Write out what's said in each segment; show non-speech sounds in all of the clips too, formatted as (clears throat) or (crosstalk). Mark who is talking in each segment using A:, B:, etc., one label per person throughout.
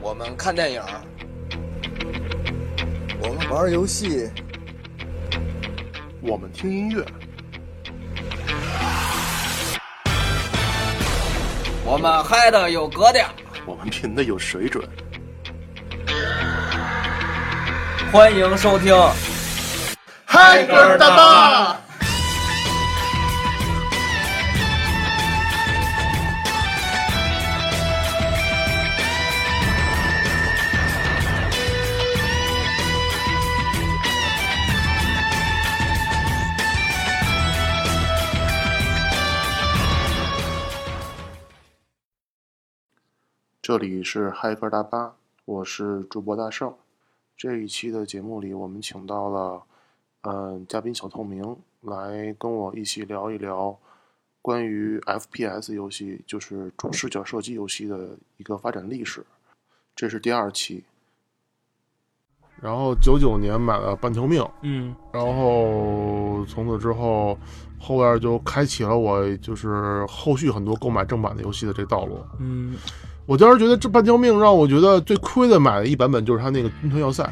A: 我们看电影，我们玩游戏，
B: 我们听音乐，
A: 我们嗨的有格调。
B: 我们品的有水准。
A: 欢迎收听，
B: 嗨
A: 歌大
B: 大，这里是嗨歌大巴，我是主播大圣。这一期的节目里，我们请到了，嗯、嘉宾小透明来跟我一起聊一聊关于 FPS 游戏，就是主视角射击游戏的一个发展历史。这是第二期。然后九九年买了半条命，
C: 嗯，
B: 然后从此之后，后边就开启了我就是后续很多购买正版的游戏的这道路。
C: 嗯，
B: 我当时觉得这半条命让我觉得最亏的买的一版本就是他那个军团要塞，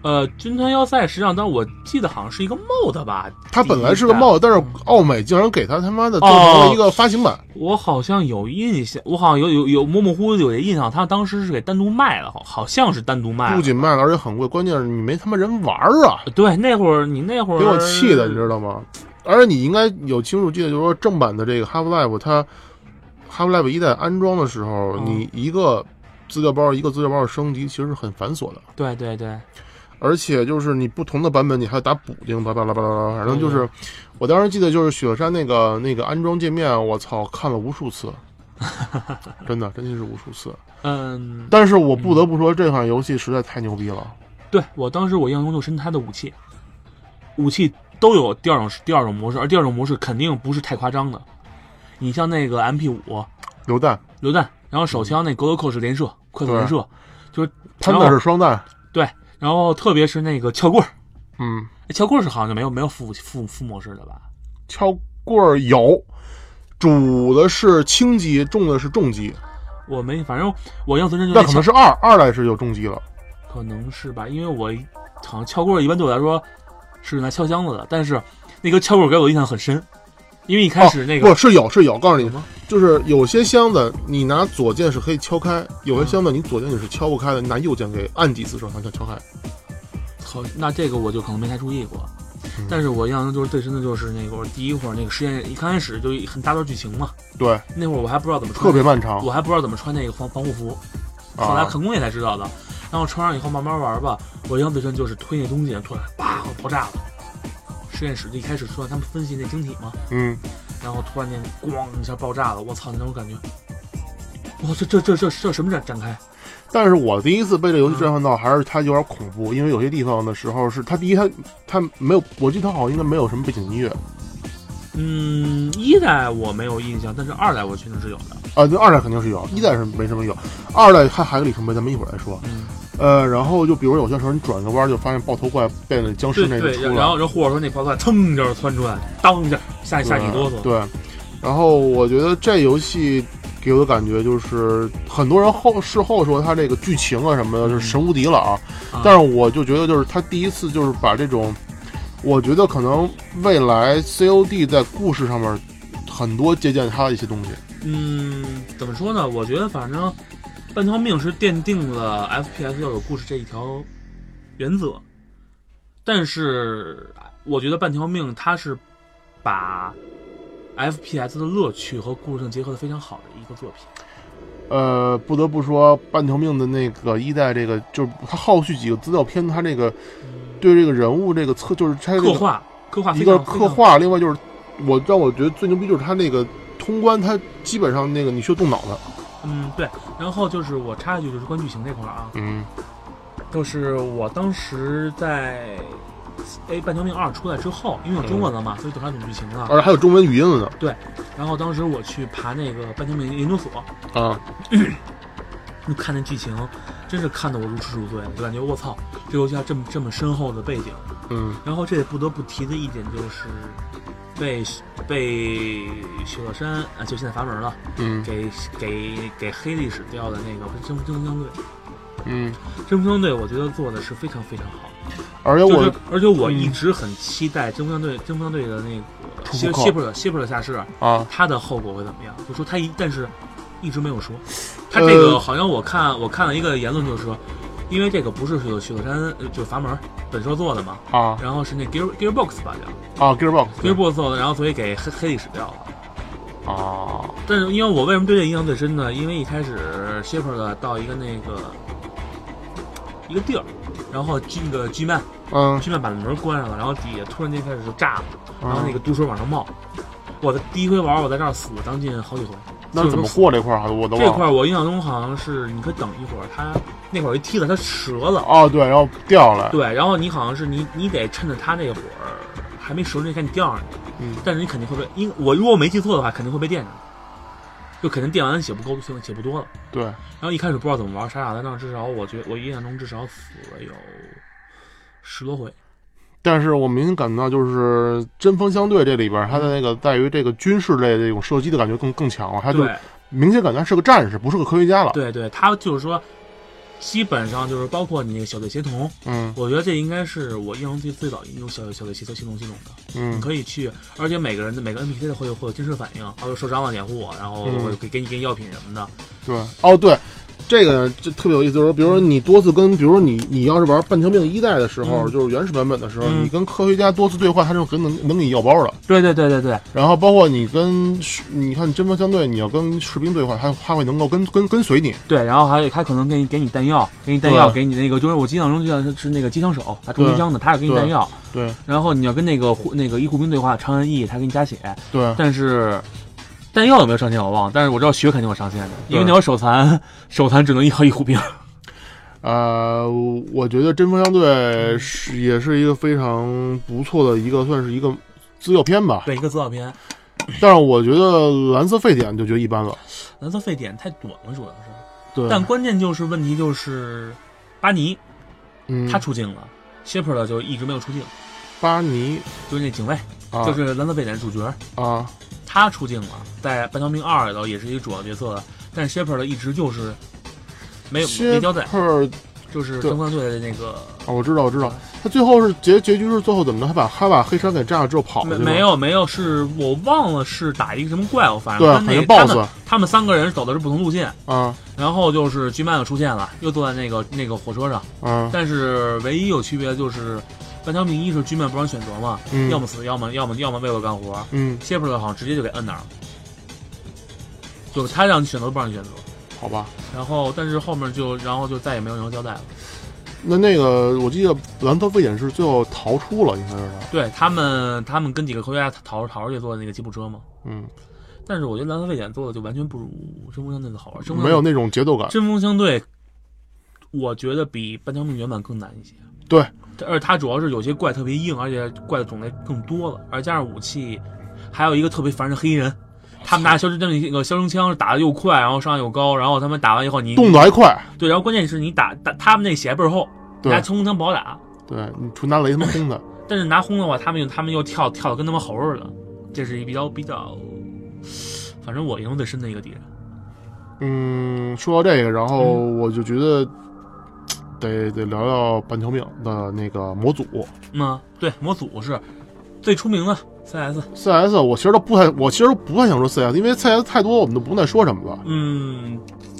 C: 呃，军团要塞实际上，当时我记得好像是一个 mod 吧，
B: 它本来是个
C: 第一代
B: mod，但是奥美竟然给他他妈的做成了一个发行版，
C: 我好像有印象，我好像有有有模模糊糊地有些印象，他当时是给单独卖了，好好像是单独卖
B: 不
C: 了。
B: 仅卖了，而且很贵，关键是你没他妈人玩儿啊，
C: 对，那会儿你那会儿
B: 给我气的，你知道吗？而且你应该有清楚记得，就是说正版的这个 Half Life，它 Half Life 一代安装的时候，
C: 嗯
B: 你一个资料包一个资料包的升级其实是很繁琐的，
C: 对对对，
B: 而且就是你不同的版本，你还要打补丁，巴拉巴拉巴拉，反正
C: 嗯
B: 就是，我当时记得就是雪山那个那个安装界面，我操，看了无数
C: (laughs)
B: 次，真的，真的是无数次。
C: 嗯，
B: 但是我不得不说，这款游戏实在太牛逼了。
C: 对我当时我印象中就是它的武器，武器都有第二种第二种模式，而第二种模式肯定不是太夸张的。你像那个 MP 五
B: 榴弹，
C: 榴弹，然后手枪那格格扣是连射，快速连射，就是
B: 喷
C: 然
B: 的
C: 后
B: 是双弹，
C: 对，然后特别是那个撬棍儿，
B: 嗯，
C: 哎撬棍儿是好像就没有没有副副副模式的吧？
B: 敲棍儿有，主的是轻击，重的是重击，
C: 我没，反正我印象最深就
B: 那
C: 那
B: 可能是二二代是有重击了。
C: 撬可能是吧，因为我好像撬棍儿一般对我来说是用来敲箱子的，但是那个撬棍儿给我印象很深，因为一开始那个、
B: 不是有是有，告诉你
C: 有吗，
B: 就是有些箱子你拿左键是可以敲开，有些箱子你左键你是敲不开的，你拿右键给按几次手才能敲
C: 嗯
B: 开。
C: 好，那这个我就可能没太注意过
B: 嗯。
C: 但是我印象中就是最深的就是那会儿第一会儿那个实验，一刚开始就一很大段剧情嘛，
B: 对，
C: 那会儿我还不知道怎么穿
B: 特别漫长
C: 我还不知道怎么穿那个防防护服，后来
B: 啊。
C: 看攻略才知道的。然后穿上以后慢慢玩吧，我印象最深就是推那东西，突然叭爆炸了。实验室就一开始说他们分析那晶体嘛，
B: 嗯，
C: 然后突然间咣一下爆炸了，我操那种感觉，哇这这这这这什么展展开？
B: 但是我第一次被这游戏震撼到，还是它有点恐怖，因为有些地方的时候是它第一它它没有，我记得它好像应该没有什么背景音乐
C: 嗯，一代我没有印象，但是二代我确实是有的。
B: 啊，那二代肯定是有，一代是没什么有，二代它还有里程碑，咱们一会儿再说。
C: 嗯，
B: 呃，然后就比如有些时候你转个弯就发现爆头怪变得僵尸
C: 对
B: 那个
C: 对，
B: 出
C: 然
B: 来，
C: 然后然后或者说那爆炸噌一下窜出来，当一下吓吓你一哆嗦。
B: 对，然后我觉得这游戏给我的感觉就是，很多人后事后说它这个剧情啊什么的，就是神无敌了啊。
C: 嗯啊
B: 但是我就觉得，就是他第一次就是把这种，我觉得可能未来 COD 在故事上面很多借鉴他的一些东西。
C: 嗯，怎么说呢？我觉得反正半条命是奠定了 FPS 要有故事这一条原则，但是我觉得半条命它是把 FPS 的乐趣和故事性结合的非常好的一个作品。
B: 呃，不得不说，半条命的那个一代，这个就是他后续几个资料片，他这个对这个人物这个测，就是他这
C: 刻
B: 个
C: 画，刻画
B: 一
C: 非
B: 个
C: 常
B: 是刻，画，另外就是我让我觉得最牛逼就是他那个通关，他基本上那个你需要动脑的。
C: 非常嗯，对。然后就是我插一句，就是关于剧情这块儿啊，
B: 嗯
C: 就是我当时在。哎，半条命二出来之后，因为有中文了嘛，所以懂它懂剧情了。
B: 而且还有中文语音了呢
C: 然后当时我去爬那个半条命研究所，
B: 啊！
C: 就看那剧情，真是看得我如痴如醉，就感觉我操，这游戏还这么这么深厚的背景。
B: 嗯，
C: 然后这也不得不提的一点就是，被被雪乐山啊，就现在阀门了，
B: 嗯
C: 给给给黑历史掉的那个真真空相对，
B: 嗯，
C: 真空相对，我觉得做的是非常非常好。
B: 而且
C: 就
B: 我
C: 是，而且我
B: 嗯
C: 一直很期待真空相对真空相对的那个
B: 出
C: 希
B: 口
C: 希普勒希普勒下士，
B: 啊，
C: 他的后果会怎么样？就说他一，但是一直没有说。他这个
B: 呃
C: 好像我看我看了一个言论，就是说，因为这个不是许乐许乐山呃就是阀门本社做的嘛，
B: 啊
C: 然后是那 Gear Gearbox 吧叫
B: 啊，Gearbox
C: Gearbox 做的，然后所以给黑黑历史掉了。
B: 啊，
C: 但是因为我为什么对这印象最深呢？因为一开始 Shepard 到一个那个一个地儿，然后 G 那个 G man
B: 嗯
C: G man 把门关上了，然后底下突然间开始就炸了，然后那
B: 嗯，
C: 个毒水往上冒。我的第一回玩，我在这儿死了将近好几回。
B: 那怎么
C: 就是
B: 过这块儿啊？我都
C: 这
B: 忘
C: 块
B: 了。
C: 儿我印象中好像是你可以等一会儿，它那会儿一梯子它折了，
B: 哦，对，然后掉了。
C: 对，然后你好像是你你得趁着它那会儿还没折，你赶紧掉上去，
B: 嗯
C: 但是你肯定会被，因我如果没记错的话，肯定会被电上，就肯定电完血不够，血不多了。
B: 对，
C: 然后一开始不知道怎么玩，傻傻在那儿，至少我觉我印象中至少死了有十多回，
B: 但是我明显感觉到，就是《针锋相对》这里边儿，它的那个在于这个军事类的这种射击的感觉更更强了，它就
C: 对
B: 明显感觉他是个战士，不是个科学家了。，
C: 对对，他就是说。基本上就是包括你那个小队协同，
B: 嗯
C: 我觉得这应该是我印象最最早一种小队小队协同系统系统的。你
B: 嗯
C: 可以去，而且每个人的每个 NPC 会有会有真实反应，还有受伤了掩护我，然后
B: 嗯
C: 我给给你给你药品什么的。
B: 对，哦对，这个就特别有意思，就是比如说你多次跟，比如说你你要是玩半条命一代的时候，
C: 嗯
B: 就是原始版本的时候，
C: 嗯
B: 你跟科学家多次对话，他是能能能给你要包的。
C: 对对对对对
B: 然后包括你跟士你看针锋相对，你要跟士兵对话，他他会能够跟跟跟随你。
C: 对，然后还有他可能给你给你弹药，给你弹
B: 对
C: 药，给你那个就是我印象中就像是是那个机枪手，他中
B: 对
C: 机枪的，他是给你弹
B: 对
C: 药，
B: 对
C: 然后你要跟那个护那个医护兵对话，长安 E 他给你加血，
B: 对
C: 但是。弹药有没有上限我忘了，但是我知道血肯定有上限的，因为
B: 对
C: 那有手残，手残只能一号一护兵。
B: 呃，我觉得针锋相对是也是一个非常不错的一个，算是一个资料片吧。
C: (laughs) 对，一个资料片，
B: 但是我觉得蓝色沸点就觉得一般了。
C: 蓝色沸点太短了，主要是。
B: 对，
C: 但关键就是问题就是，巴尼
B: 嗯
C: 他出镜了、s h e p e r d 就一直没有出镜，
B: 巴尼
C: 就是那警卫，
B: 啊
C: 就是蓝色贝典主角，
B: 啊，
C: 他出镜了，在《半条命二》里头也是一个主要角色，但是 Shepard 一直就是没有没交代，
B: Shepard-
C: 就是
B: 对
C: 东方队的那个
B: 啊，我知道，我知道，他最后是结结局是最后怎么着？他把他把黑山给炸了之后跑
C: 没
B: 了，
C: 没，有没有，是我忘了是打一个什么怪物，反正
B: 哦对，啊
C: 跟
B: 好
C: 那
B: 像 BOSS
C: 个他们他们三个人走的是不同路线，
B: 啊
C: 然后就是巨曼又出现了，又坐在那个那个火车上，
B: 啊，
C: 但是唯一有区别的就是。半条命一是巨曼不让选择嘛，
B: 嗯
C: 要么死，要么要么要么为我干活，
B: 嗯，
C: 谢普勒好像直接就给摁那儿了，就是他让你选择不让你选择，
B: 好吧。
C: 然后但是后面就然后就再也没有任何交代了。
B: 那那个我记得兰特危险是最后逃出了，应该是他，
C: 对他们，他们跟几个科学家逃逃出去坐那个吉普车嘛。
B: 嗯，
C: 但是我觉得《蓝色沸点》做的就完全不如《针锋相对》的好玩，针锋
B: 没有那种节奏感。
C: 《针锋相对》，我觉得比《半条命》原版更难一些。
B: 对，
C: 而且它主要是有些怪特别硬，而且怪的种类更多了，而加上武器，还有一个特别烦人的黑衣人，他们拿消那个消声枪打的又快，然后上来又高，然后他们打完以后你
B: 动得还快，
C: 对，然后关键是你打打他们那血倍儿厚，
B: 对
C: 拿冲锋枪不好打，
B: 对你纯拿雷他妈轰他，
C: 但是拿轰的话，他们又他们又跳跳的跟他们猴似的，这是一比较比较，反正我印象最深的一个敌人。
B: 嗯，说到这个，然后
C: 嗯
B: 我就觉得得得聊聊半条命的那个模组
C: 嗯，对，模组是最出名的 CS，
B: CS，我其实都不太，我其实不太想说 CS，因为 CS 太多，我们都不再说什么了。
C: 嗯，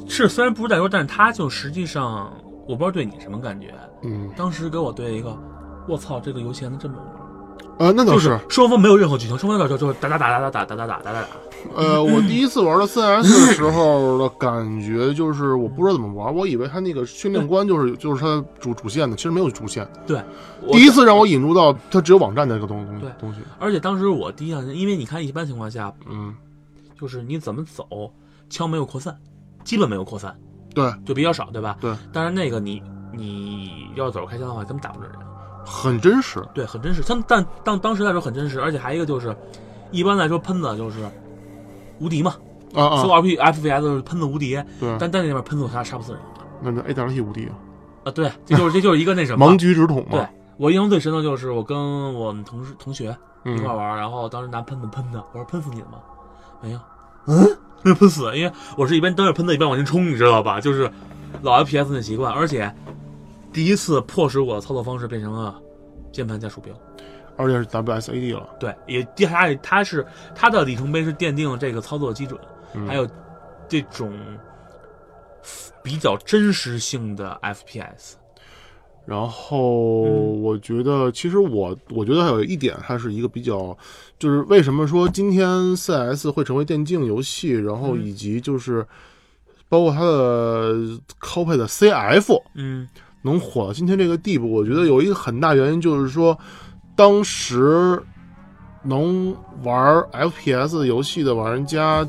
C: 是虽然不是在说，但是他就实际上我不知道对你什么感觉，
B: 嗯，
C: 当时给我对一个，我操，这个游戏还能这么玩。
B: 呃，那倒，
C: 就是双方没有任何剧情，双方就是就是打打打打打打打打打打打，
B: 呃，我第一次玩到 CS 的时候的感觉就是，我不知道怎么玩，我以为它那个训练官就是就是它主主线的，其实没有主线。
C: 对，我
B: 第一次让我引入到它只有网站的一个东东
C: 对
B: 东西。
C: 而且当时我第一印象，因为你看一般情况下，
B: 嗯，
C: 就是你怎么走，枪没有扩散，基本没有扩散，
B: 对，
C: 就比较少，对吧？
B: 对。
C: 但是那个你你要走开枪的话，根本打不着人，
B: 很真实。
C: 对，很真实。但但当当时来说很真实，而且还有一个就是，一般来说喷子就是无敌嘛，
B: 啊
C: 所
B: 啊
C: 有，R P F P S 都是喷子无敌，
B: 对，
C: 但在那边喷子杀杀不死人
B: 那那 A 点 T 无敌，
C: 啊。对，这就是这就是一个那什么
B: 盲。狙直筒
C: 对
B: 嘛。
C: 我印象最深的就是我跟我们同事同学一
B: 嗯，
C: 块玩儿，然后当时拿喷子喷的，我说喷死你了吗？没有，嗯，没有喷死，因为我是一边当着喷子一边往前冲，你知道吧？就是老 FPS 那习惯，而且第一次迫使我的操作方式变成了键盘加鼠标。
B: 而且是 WSAD 了，
C: 对，也第它它是它的里程碑是奠定了这个操作基准，还有这种比较真实性的 FPS。
B: 然后
C: 嗯
B: 我觉得，其实我我觉得还有一点，它是一个比较，就是为什么说今天 CS 会成为电竞游戏，然后以及就是包括它的 copy 的 CF
C: 嗯
B: 能火到今天这个地步，我觉得有一个很大原因就是说，当时能玩 FPS 游戏的玩家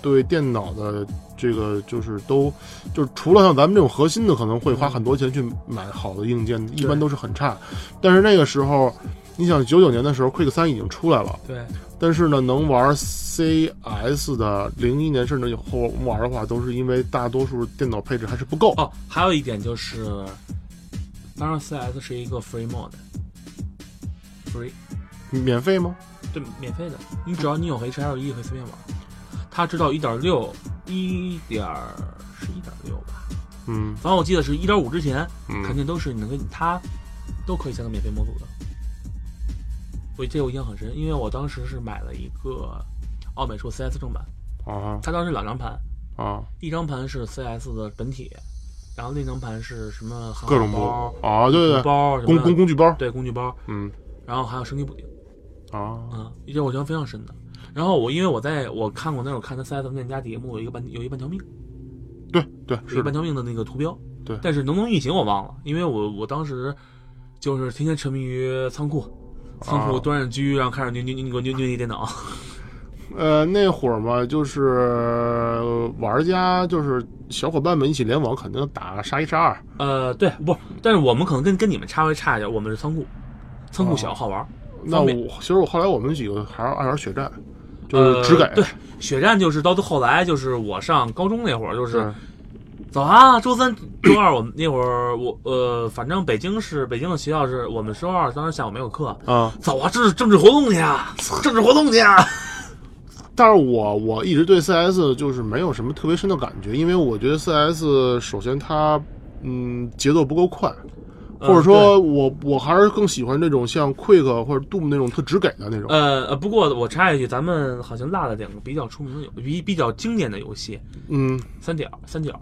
B: 对电脑的。这个就是都，就是除了像咱们这种核心的，可能会花很多钱去买好的硬件，一般都是很差。但是那个时候，你想九九年的时候，Quick 三已经出来了，
C: 对，
B: 但是呢，能玩 CS 的零一年甚至以后玩的话，都是因为大多数电脑配置还是不够。
C: 哦，还有一点就是，当然 CS 是一个 free mod，free
B: 免费吗？
C: 对免费的，你只要你有 E HLE 可以随便玩。它知道一点六，一点是一点六吧，
B: 嗯，
C: 反正我记得是一点五之前，
B: 嗯
C: 肯定都是你能跟它都可以下个免费模组的。我这个我印象很深，因为我当时是买了一个奥美术 CS 正版，
B: 啊
C: 它当时两张盘，
B: 啊，
C: 一张盘是 CS 的本体，然后另一张盘是什么航
B: 各种
C: 海包
B: 包啊，对对对，
C: 包什
B: 工
C: 么
B: 工工具包，
C: 对工具包，
B: 嗯
C: 然后还有升级补丁，
B: 啊
C: 啊，这我印象非常深的。然后我因为我在我看过那种看他 CS 玩家节目有一个半有一半条命，
B: 对对
C: 嗯有一
B: 是
C: 半
B: 的，
C: 条命的那个图标，
B: 对
C: 但是能不能运行我忘了，因为我我当时就是天天沉迷于仓库，仓库
B: 啊
C: 端着狙，然后开始扭扭扭扭扭一电脑，
B: 呃，那会儿嘛，就是呃玩家就是小伙伴们一起联网，肯定打杀一杀二，
C: 呃，对，不，但是我们可能跟跟你们差微差一点，我们是仓库，仓库小
B: 哦
C: 好玩儿，
B: 那
C: 方
B: 我
C: 便
B: 其实我后来我们几个还是爱玩血战，就是只给
C: 呃、对血战就是到后来就是我上高中那会儿就是。
B: 是
C: 走啊，周三、 (coughs) 周二我们那会儿我呃，反正北京是北京的学校是我们周二当时下午没有课，
B: 啊。
C: 走啊，这是政治活动去啊，政治活动去啊。
B: 但是我我一直对 CS 就是没有什么特别深的感觉，因为我觉得 CS 首先它嗯节奏不够快，
C: 嗯
B: 或者说我、我还是更喜欢这种像 Quick 或者 Doom 那种特直给的那种。
C: 呃呃，不过我插一句，咱们好像落了两个比较出名的游，比比较经典的游戏，
B: 嗯，
C: 三角三角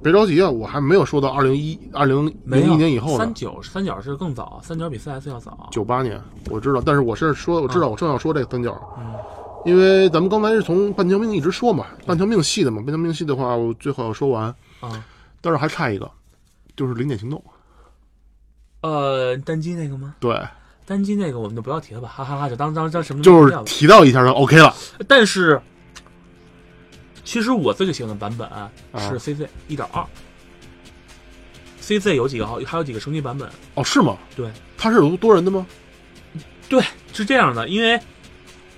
B: 别着急啊，我还没有说到二零一二零
C: 没
B: 零
C: 有
B: 一年以后
C: 三
B: 呢，
C: 角三角是更早，三角比 CS 要早。
B: 九八年我知道，但是我是说我知道我正要说这个三角，
C: 嗯
B: 因为咱们刚才是从半条命一直说嘛，半条命系的嘛，半条命系的话我最后要说完，
C: 啊
B: 但是还差一个，就是零点行动，
C: 呃，单机那个吗？
B: 对，
C: 单机那个我们就不要提了吧，哈哈哈，就当当当什么都
B: 就
C: 不
B: 是
C: 要吧
B: 提到一下就 OK 了。
C: 但是，其实我最喜欢的版本啊是 CZ 一点二，CZ 有几个好，还有几个升级版本。
B: 哦，是吗？
C: 对，
B: 它是有多人的吗？
C: 对，是这样的，因为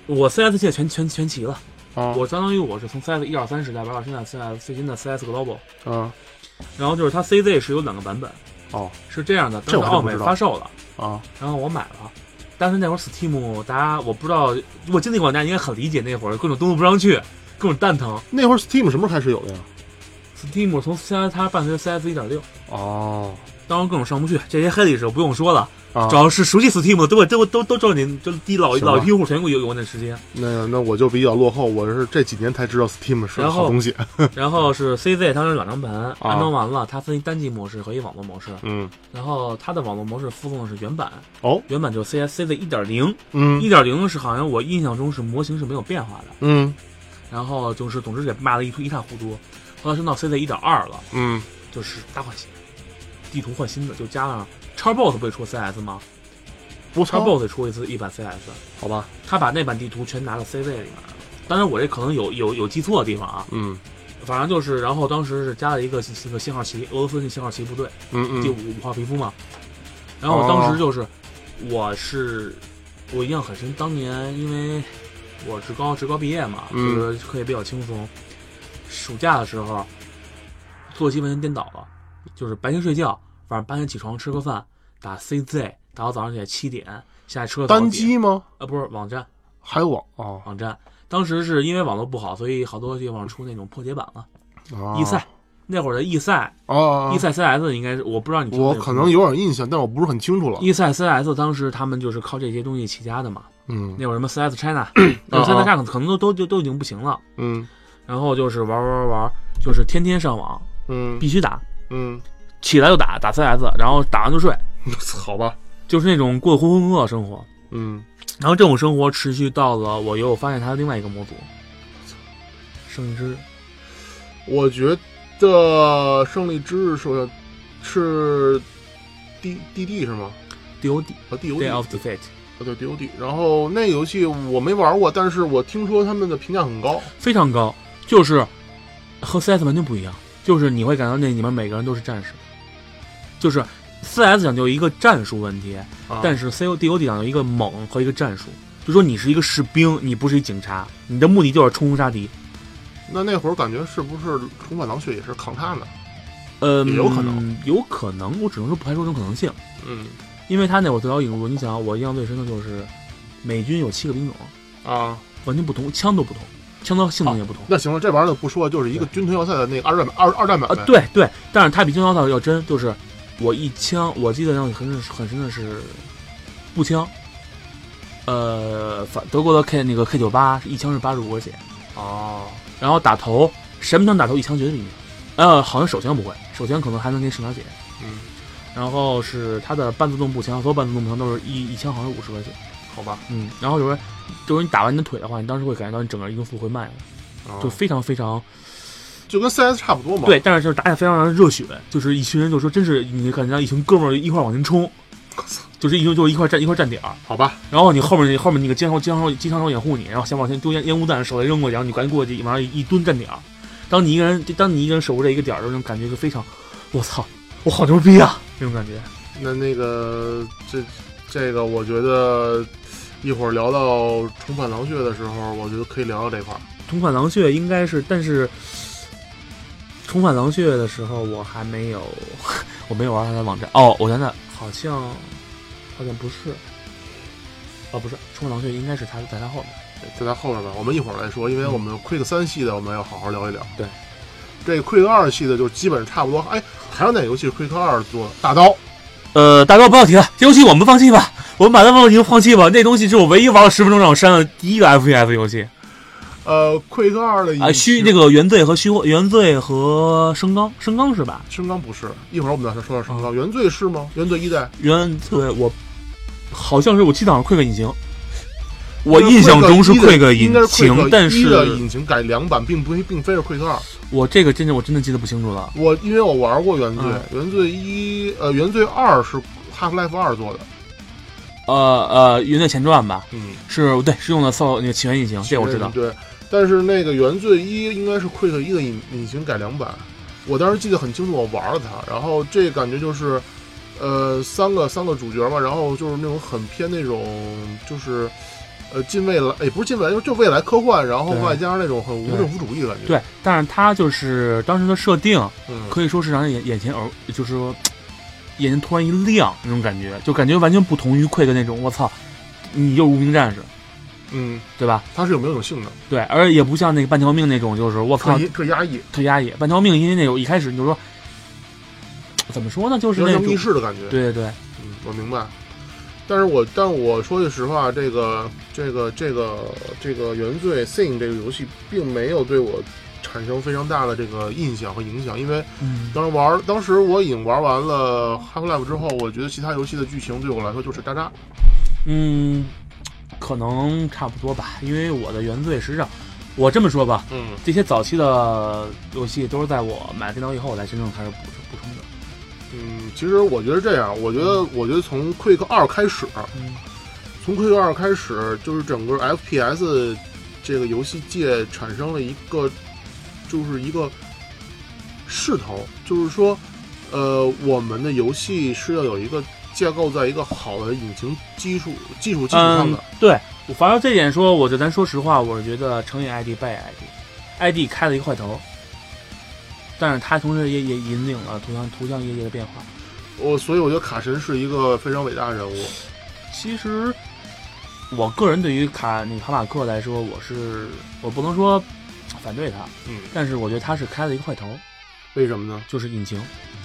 C: 我 CS 界全全全齐了，
B: 啊，
C: 我相当于我是从 CS 一二三时代玩到现在 CS 最新的 CS Global，
B: 啊
C: 然后就是它 CZ 是有两个版本，
B: 哦
C: 是这样的，当
B: 这
C: 时
B: 我还
C: 奥
B: 真不
C: 美
B: 知道
C: 发售了，
B: 啊
C: 然后我买了。但是那会儿 Steam，大家我不知道，如果经历过，大家应该很理解那会儿各种登录不上去，各种蛋疼。
B: 那会儿 Steam 什么时候开始有的呀？
C: Steam 从 CS 它伴随着 CS 一点六，
B: 哦
C: 当然各种上不去，这些黑历史不用说了。
B: 啊
C: 只，要是熟悉 Steam 的，都都都都知道您，就第一老
B: 行吧
C: 老用户全国有有那
B: (laughs)
C: 时间。
B: 那那我就比较落后，我是这几年才知道 Steam 是
C: 然后
B: 好东西。
C: 然后是 CZ，它是两张盘，
B: 啊
C: 安装完了，它分一单机模式和一网络模式。
B: 嗯，
C: 然后它的网络模式附送的是原版，
B: 哦，
C: 原版就是 C S CZ 一点零，
B: 嗯
C: 一点零是好像我印象中是模型是没有变化的。
B: 嗯
C: 然后就是总之给卖了一一塌糊涂，后来升到 CZ 一点二了，
B: 嗯
C: 就是大换血，地图换新的，就加上叉 boss 不也出 CS 吗？
B: 我
C: 叉
B: 操，
C: boss 也出一次一版 CS。
B: 哦好吧，
C: 他把那版地图全拿到 C 位里面了。当然，我这可能有有有记错的地方啊，
B: 嗯
C: 反正就是，然后当时是加了一个这个信号旗，俄罗斯那信号旗部队，
B: 嗯嗯，
C: 第
B: 哦
C: 五五号皮肤嘛。然后我当时就是，我是我印象很深，当年因为我职高职高毕业嘛，
B: 嗯
C: 就是课业比较轻松，暑假的时候作息完全颠倒了，就是白天睡觉，晚上八点起床吃个饭，打 CZ 打到早上起来七点，下车早
B: 单
C: 点
B: 机吗？
C: 啊不是网站。
B: 还有网哦
C: 网站。当时是因为网络不好，所以好多地方出那种破解版了。，E
B: 啊
C: 易赛、那会儿的易赛，
B: 啊
C: 易，赛 CS 应该是我不知道你知道
B: 我
C: 那个
B: 可
C: 吗
B: 能有点印象，但我不是很清楚了。
C: 易赛 CS 当时他们就是靠这些东西起家的嘛，
B: 嗯
C: 那会儿什么
B: (clears throat)
C: CS China，那
B: 哦
C: 会儿 CS China 可能都都都都已经不行了，
B: 嗯
C: 然后就是玩玩玩玩，就是天天上网，
B: 嗯
C: 必须打，
B: 嗯，
C: 起来就打打 CS，然后打完就睡，
B: (laughs) 好吧，
C: 就是那种过得浑浑噩噩的生活。
B: 嗯，
C: 然后这种生活持续到了我又发现他的另外一个模组，圣灵之日
B: 我觉得胜利之日首先是 D D D 是吗？
C: DOD
B: 啊 D O D
C: Day of Defeat，
B: 啊对 D O D。然后那个游戏我没玩过，但是我听说他们的评价很高。
C: 非常高，就是和 CS 完全不一样，就是你会感到那里面每个人都是战士，就是 CS 讲究一个战术问题，
B: 啊、
C: 但
B: 是
C: 是 CODOD 讲究一个猛和一个战术，就说你是一个士兵，你不是一警察，你的目的就是冲锋杀敌。
B: 那那会儿感觉是不是重返狼血也是扛他呢？
C: 呃，
B: 也有可能，
C: 有可能，我只能说不排除这种可能性，
B: 嗯
C: 因为他那会儿最早引入，你想啊我印象最深的就是美军有七个兵种，
B: 啊，
C: 完全不同，枪都不同，枪的性能也不同。
B: 那行了，这玩意儿就不说了，就是一个军团要塞的那个二战版二二战版
C: 啊
B: 呗。，
C: 对对，但是它比金腰套要真，就是我一枪，我记得让你很深很深的是步枪，呃，法德国的 K 那个 K 九八一枪是八十五个血，
B: 哦，
C: 然后打头什么枪打头一枪绝对毙命，呃，好像手枪不会，手枪可能还能给你省点血，
B: 嗯，
C: 然后是它的半自动步枪，所有半自动步枪都是一一枪好像是五十个血，
B: 好吧，
C: 嗯，然后有时候就是你打完你的腿的话，你当时会感觉到你整个移动速度会慢下来，
B: 啊
C: 就非常非常
B: 就跟 CS 差不多嘛。
C: 对，但是就是打起来非常让人热血，就是一群人就说，真是你感觉到一群哥们儿一块儿往前冲，就是一群就是一块儿站一块儿站点儿，
B: 好吧，
C: 然后你后面那后面那个机枪手机枪手机枪手掩护你，然后先往前丢烟烟雾弹，手再扔过去，然后你赶紧过去往上一蹲站点儿。当你一个人当你一个人守护这一个点儿的时候，那种感觉就非常，我操，我好牛逼啊！那种感觉，
B: 那那个这这个，我觉得一会儿聊到重返狼穴的时候，我觉得可以聊到这块儿。
C: 重返狼穴应该是，但是重返狼穴的时候我还没有， (laughs) 我没有玩它的网站。哦，我想想，好像好像不是，哦，不是，重返狼穴应该是它在它后面。
B: 就在后面吧，我们一会儿来说，因为我们 Quick 三系的我们要好好聊一聊。
C: 嗯对，
B: 这 Quick 二系的就基本差不多。哎，还有哪游戏是 Quick 二做的大刀？
C: 呃，大哥不要提了，这游戏我们放弃吧，我们把它放弃就放弃吧。那东西是我唯一玩了十分钟让我删的第一个 FPS 游戏
B: 呃，Quick 二的
C: 啊，虚那
B: 个
C: 个原罪和虚原罪和升纲，升纲是吧？
B: 升纲不是，一会儿我们再说说
C: 啊
B: 升纲。原罪是吗？原罪一代，
C: 原罪我好像是我记得好像 Quick 引擎，我印象中是 Quick
B: 引
C: 引擎，但
B: 的
C: 是
B: 引擎改良版，并不并非是 Quick 二。
C: 我这个真的我真的记得不清楚了。
B: 我因为我玩过原罪，
C: 嗯
B: 原罪一呃，原罪二是 Half Life 二做的，
C: 呃呃，原罪前传吧，
B: 嗯，
C: 是对，是用的扫那个起源引擎，这我知道。
B: 对，但是那个原罪一应该是 Quick 一的引引擎改良版，我当时记得很清楚，我玩了它，然后这感觉就是，呃，三个三个主角嘛，然后就是那种很偏那种就是。呃，近未来也不是近未来，就就未来科幻，然后
C: 对
B: 外加上那种很无
C: 对
B: 政府主义的感觉。，
C: 对，但是它就是当时的设定，
B: 嗯，
C: 可以说是让人眼眼前耳，哦就是说眼睛突然一亮那种感觉，就感觉完全不同于 Quick 那种，我操，你就是无名战士，
B: 嗯，
C: 对吧？
B: 它是有没有种性的，
C: 对，而也不像那个半条命那种，就是我
B: 特
C: 靠
B: 压特压抑，
C: 特压抑。半条命因为那种一开始你就说，怎么说呢，就是
B: 有
C: 那
B: 点
C: 种
B: 像密室的感觉。
C: 对对对，
B: 嗯，我明白。但是我但我说句实话，这个这个这个这个《原罪 Sing》这个游戏并没有对我产生非常大的这个印象和影响，因为
C: 嗯，
B: 当时玩，当时我已经玩完了《Half-Life》之后，我觉得其他游戏的剧情对我来说就是渣渣。
C: 嗯，可能差不多吧，因为我的原罪实际上，我这么说吧，
B: 嗯，
C: 这些早期的游戏都是在我买了电脑以后我才真正开始补补充的。
B: 嗯，其实我觉得这样，我觉得我觉得从《Quick 二》开始，
C: 嗯
B: 从《Quick 二》开始，就是整个 FPS 这个游戏界产生了一个，就是一个势头，就是说，呃，我们的游戏是要有一个架构在一个好的引擎基础技术基础上
C: 嗯
B: 的。，
C: 对，我反正这点说，我就咱说实话，我是觉得成也 ID 败也 ID，ID 开了一个坏头，但是它同时也也引领了图像图像业界的变化。
B: 我所以我觉得卡神是一个非常伟大的人物。
C: 其实，我个人对于卡那个卡马克来说，我是我不能说反对他，
B: 嗯
C: 但是我觉得他是开了一个坏头，
B: 为什么呢？
C: 就是引擎，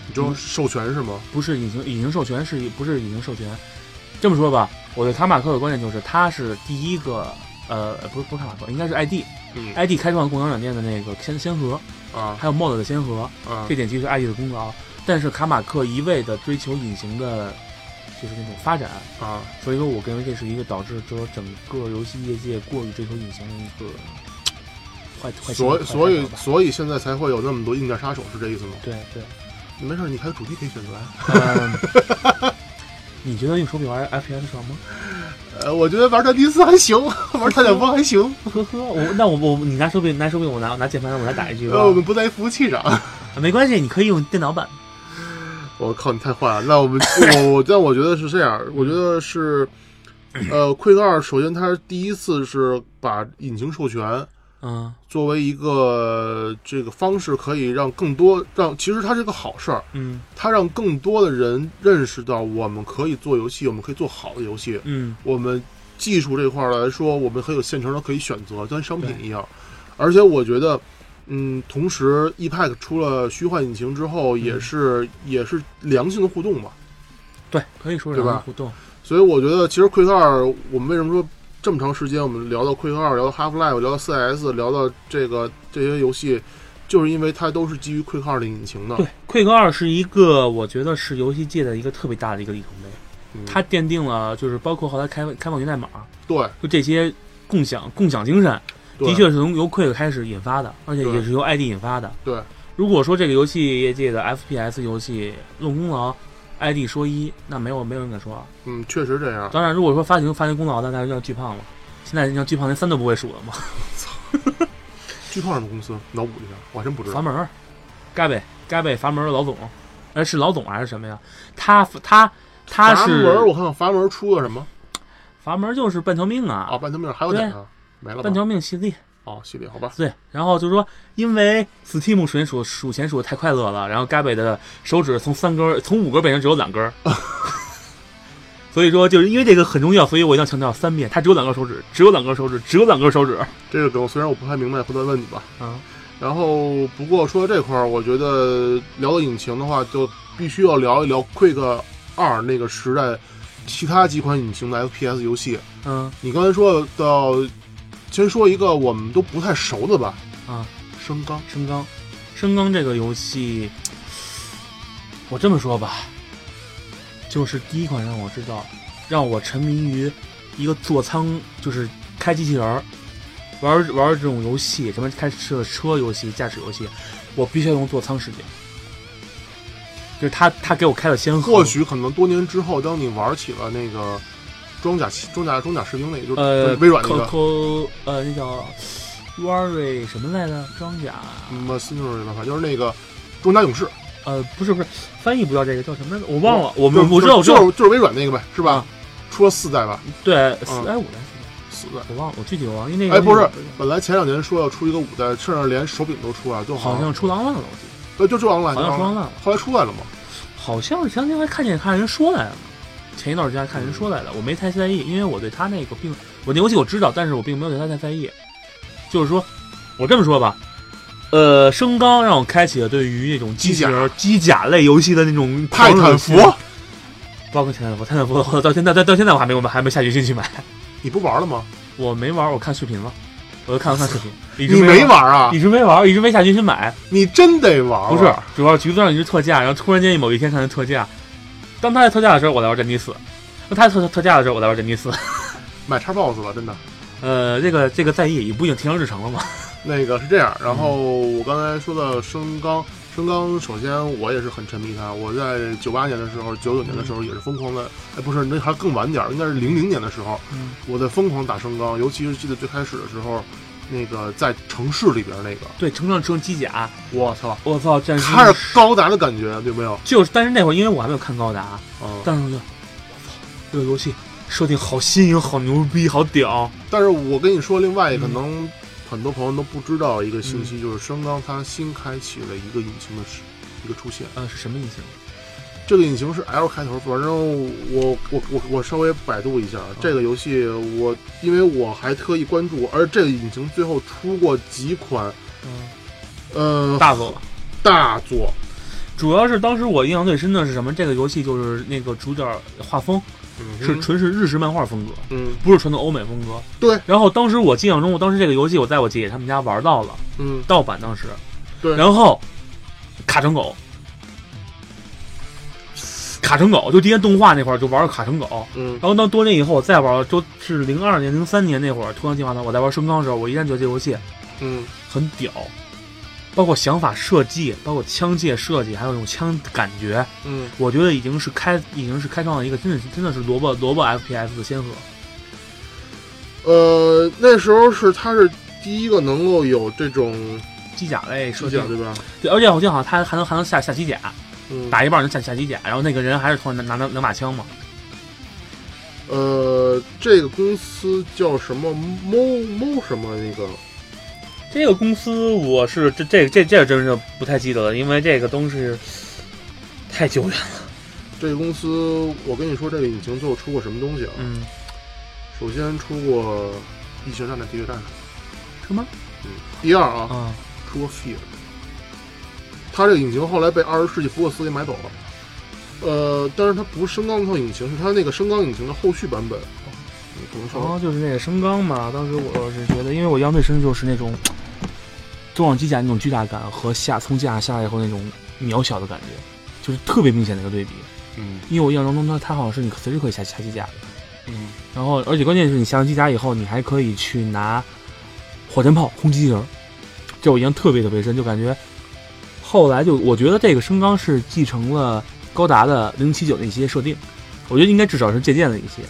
B: 你就授权是吗？
C: 不是引擎，引擎授权是不是引擎授权？这么说吧，我对卡马克的观点就是，它是第一个，呃，不是不是卡马克，应该是 ID
B: 嗯
C: ID 开创共享软件的那个先先河，
B: 啊
C: 还有 MOD 的先河，
B: 啊
C: 这点其实是 ID 的功劳。但是卡马克一味的追求隐形的，就是那种发展，
B: 啊！
C: 所以说我认为这是一个导致就是整个游戏业界过于追求隐形的一个坏坏心
B: 所
C: 坏
B: 以所以
C: 想法
B: 所以现在才会有那么多硬件杀手，是这意思吗？
C: 对 (laughs) 对，
B: 没事，你还有主题可以选择呀。
C: 嗯，你觉得用手柄玩 FPS 爽吗？
B: 呃，我觉得玩战地四还行， (laughs) 玩泰坦风还行。
C: 呵呵，我那我我你拿手柄拿手柄，我拿我拿键盘我来打一局吧
B: 呃，，我们不在服务器上。
C: 没关系，你可以用电脑版。
B: (laughs) 我靠，你太坏了。那我们我我但我觉得是这样，我觉得是，呃，《Quick 二》首先它第一次是把引擎授权
C: 嗯
B: 作为一个这个方式，可以让更多让其实它是个好事儿，
C: 嗯
B: 它让更多的人认识到我们可以做游戏，我们可以做好的游戏。
C: 嗯，
B: 我们技术这块儿来说，我们很有现成的可以选择，就跟商品一样。而且我觉得，嗯，同时 EPAC 出了虚幻引擎之后，也是、也是良性的互动嘛。
C: 对，可以说是
B: 对吧
C: 两个互动。
B: 所以我觉得，其实 Quick 二，我们为什么说这么长时间，我们聊到 Quick 二，聊到 Half Life，聊到 4S，聊到这个这些游戏，就是因为它都是基于 Quick 二的引擎的。
C: 对，《快克二》是一个我觉得是游戏界的一个特别大的一个里程碑，
B: 嗯
C: 它奠定了就是包括后来开开放源代码，
B: 对
C: 就这些共享共享精神，
B: 对
C: 的确是从由 Quick 开始引发的，而且
B: 对
C: 也是由 ID 引发的。
B: 对，
C: 如果说这个游戏业界的 FPS 游戏论功劳，ID 说一，那没有没有人敢说二。啊
B: 嗯，确实这样。
C: 当然，如果说发行发行功劳，那那就叫巨胖了。现在你叫巨胖连三都不会数了嘛，
B: 巨胖什么公司？脑补一下，我还真不知
C: 阀
B: 道。
C: 门儿，嘎贝嘎贝阀门儿老总，哎是老总还是什么呀？他他他
B: 阀
C: 是
B: 门儿，我看看阀门儿出了什么
C: 阀门儿就是半条命啊，
B: 啊？半条命还有哪个？没了吧
C: 半？条命系列。
B: 哦，系列好吧。
C: 对，然后就说，因为 Steam 数钱数数钱数得太快乐了，然后嘎北的手指从三根儿从五根儿变成只有两根儿，所以说就是因为这个很重要，所以我一定要强调三遍，它只有两根手指，只有两根手指，只有两根手指。
B: 这个梗虽然我不太明白，回头问你吧。
C: 啊，
B: 然后不过说到这块儿，我觉得聊到引擎的话，就必须要聊一聊 Quick 二那个时代其他几款引擎的 FPS 游戏。
C: 嗯
B: 你刚才说到，先说一个我们都不太熟的吧，
C: 啊，
B: 升纲。
C: 升纲，升纲这个游戏，我这么说吧，就是第一款让我知道，让我沉迷于一个座舱，就是开机器人儿，玩儿玩儿这种游戏，什么开车车游戏、驾驶游戏，我必须要用座舱视角。就是他，他给我开了先河。
B: 或许可能多年之后，当你玩起了那个装甲骑装甲装甲士兵那个，就是
C: 呃，
B: 微软那个
C: Coco，呃，那叫 Warry 什么来着？装甲？
B: Mercenary 吧，反正就是那个装甲勇士。
C: 呃，不是不是，翻译不叫这个，叫什么来着？我忘了。我们我知道，
B: 就
C: 我知
B: 就
C: 道
B: 是，就是微软那个呗，是吧
C: 啊？
B: 出了四代吧，
C: 对，四
B: 嗯
C: 哎五代，
B: 四代。
C: 我忘了，我具体我忘了，因为那个
B: 哎，不是，本来前两年说要出一个五代，甚至连手柄都出来，就
C: 好
B: 像
C: 像出狼了了，我记得，
B: 呃就就 online，
C: 好像
B: 就
C: 出狼
B: online
C: 了，
B: 后来出来了嘛。
C: 好像是前两天还看见看人说来了呢。前一段时间还
B: 嗯
C: 看人说来了，我没太在意，因为我对他那个并我那游戏我知道，但是我并没有对他太在意。就是说，我这么说吧，呃，升纲让我开启了对于那种机器人、机甲类游戏的那种
B: 泰
C: 狂热
B: 坦
C: 的
B: 服
C: 心，包括泰坦服，泰坦服我到现在到到现在我还没我还没下决心去买，
B: 你不玩了吗？
C: 我没玩，我看视频了，我就看了看视频，一直
B: (laughs) 你
C: 没
B: 没，玩啊？
C: 一直没玩，一直没下决心买。
B: 你真得玩。啊
C: 不是，主要橘子上一直特价，然后突然间某一天看见特价，当它在特价的时候，我来玩战地四；当它在特特价的时候，我来玩战地四。
B: 买叉 box 吧，真的。
C: 呃，这个这个在意，也不已经提上日程了吗？ (laughs)
B: 那个是这样，然后我刚才说的升纲，升纲首先我也是很沉迷它，我在九八年的时候，九九年的时候也是疯狂的，哎不是那还更晚点儿，应该是零零年的时候，
C: 嗯
B: 我在疯狂打升纲，尤其是记得最开始的时候，那个在城市里边那个，
C: 对，乘上乘机甲，
B: 我操，
C: 我操，战士
B: 开着高达的感觉，有没有？
C: 就是，但是那会儿因为我还没有看高达，
B: 嗯，
C: 但是我就，我操，这个游戏设定好新颖，好牛逼，好屌。
B: 但是我跟你说，另外一个
C: 嗯
B: 可能很多朋友都不知道一个信息，就是升纲它新开启了一个引擎的时一个出现。
C: 呃，是什么引擎？
B: 这个引擎是 L 开头，反正我我我我稍微百度一下啊这个游戏我，因为我还特意关注，而这个引擎最后出过几款
C: 嗯，
B: 呃
C: 大作吧，
B: 大作。
C: 主要是当时我印象最深的是什么？这个游戏就是那个主角画风
B: 嗯
C: 是纯是日式漫画风格，
B: 嗯
C: 不是传统欧美风格。
B: 对。
C: 然后当时我印象中，我当时这个游戏我在我姐姐他们家玩到了
B: 嗯
C: 盗版，当时。
B: 对
C: 然后卡成狗，卡成狗就之前动画那块儿就玩儿卡成狗，
B: 嗯
C: 然后到多年以后我再玩儿，就是零二年、零三年那会儿《突然进化团》，我在玩升钢的时候，我依然觉得这游戏
B: 嗯
C: 很屌，包括想法设计，包括枪械设计，还有那种枪感觉，
B: 嗯
C: 我觉得已经是开已经是开创了一个真的真的是萝卜萝卜 FPS 的先河。
B: 呃，那时候是他是第一个能够有这种
C: 机甲类设
B: 机
C: 计
B: 甲，对吧？
C: 对，而且我记得好像他还能还能下下机甲，
B: 嗯，
C: 打一半能下下机甲，然后那个人还是突然拿拿拿把枪嘛，
B: 呃，这个公司叫什么？某某什么那个？
C: 这个公司我是这这这这真是不太记得了，因为这个东西太久远了。
B: 这个公司，我跟你说，这个引擎最后出过什么东西啊？
C: 嗯，
B: 首先出过《异形战》的《地狱战士》，
C: 什么
B: 嗯，第二啊，
C: 啊？
B: 出过 Fear。它这个引擎后来被二十世纪福克斯给买走了。呃，但是它不是升钢那套引擎，是它那个升钢引擎的后续版本。嗯不能
C: 然
B: 说
C: 后哦就是那个升钢嘛，当时我是觉得，因为我印象最深就是那种多上机甲那种巨大感和下从机甲下来以后那种渺小的感觉，就是特别明显的一个对比。
B: 嗯
C: 因为我印象中它它好像是你随时可以下下机甲的，
B: 嗯
C: 然后而且关键是你下完机甲以后，你还可以去拿火箭炮轰击机器人儿，这我印象特别特别深，就感觉后来就我觉得这个升钢是继承了高达的零七九的一些设定，我觉得应该至少是借鉴了一些。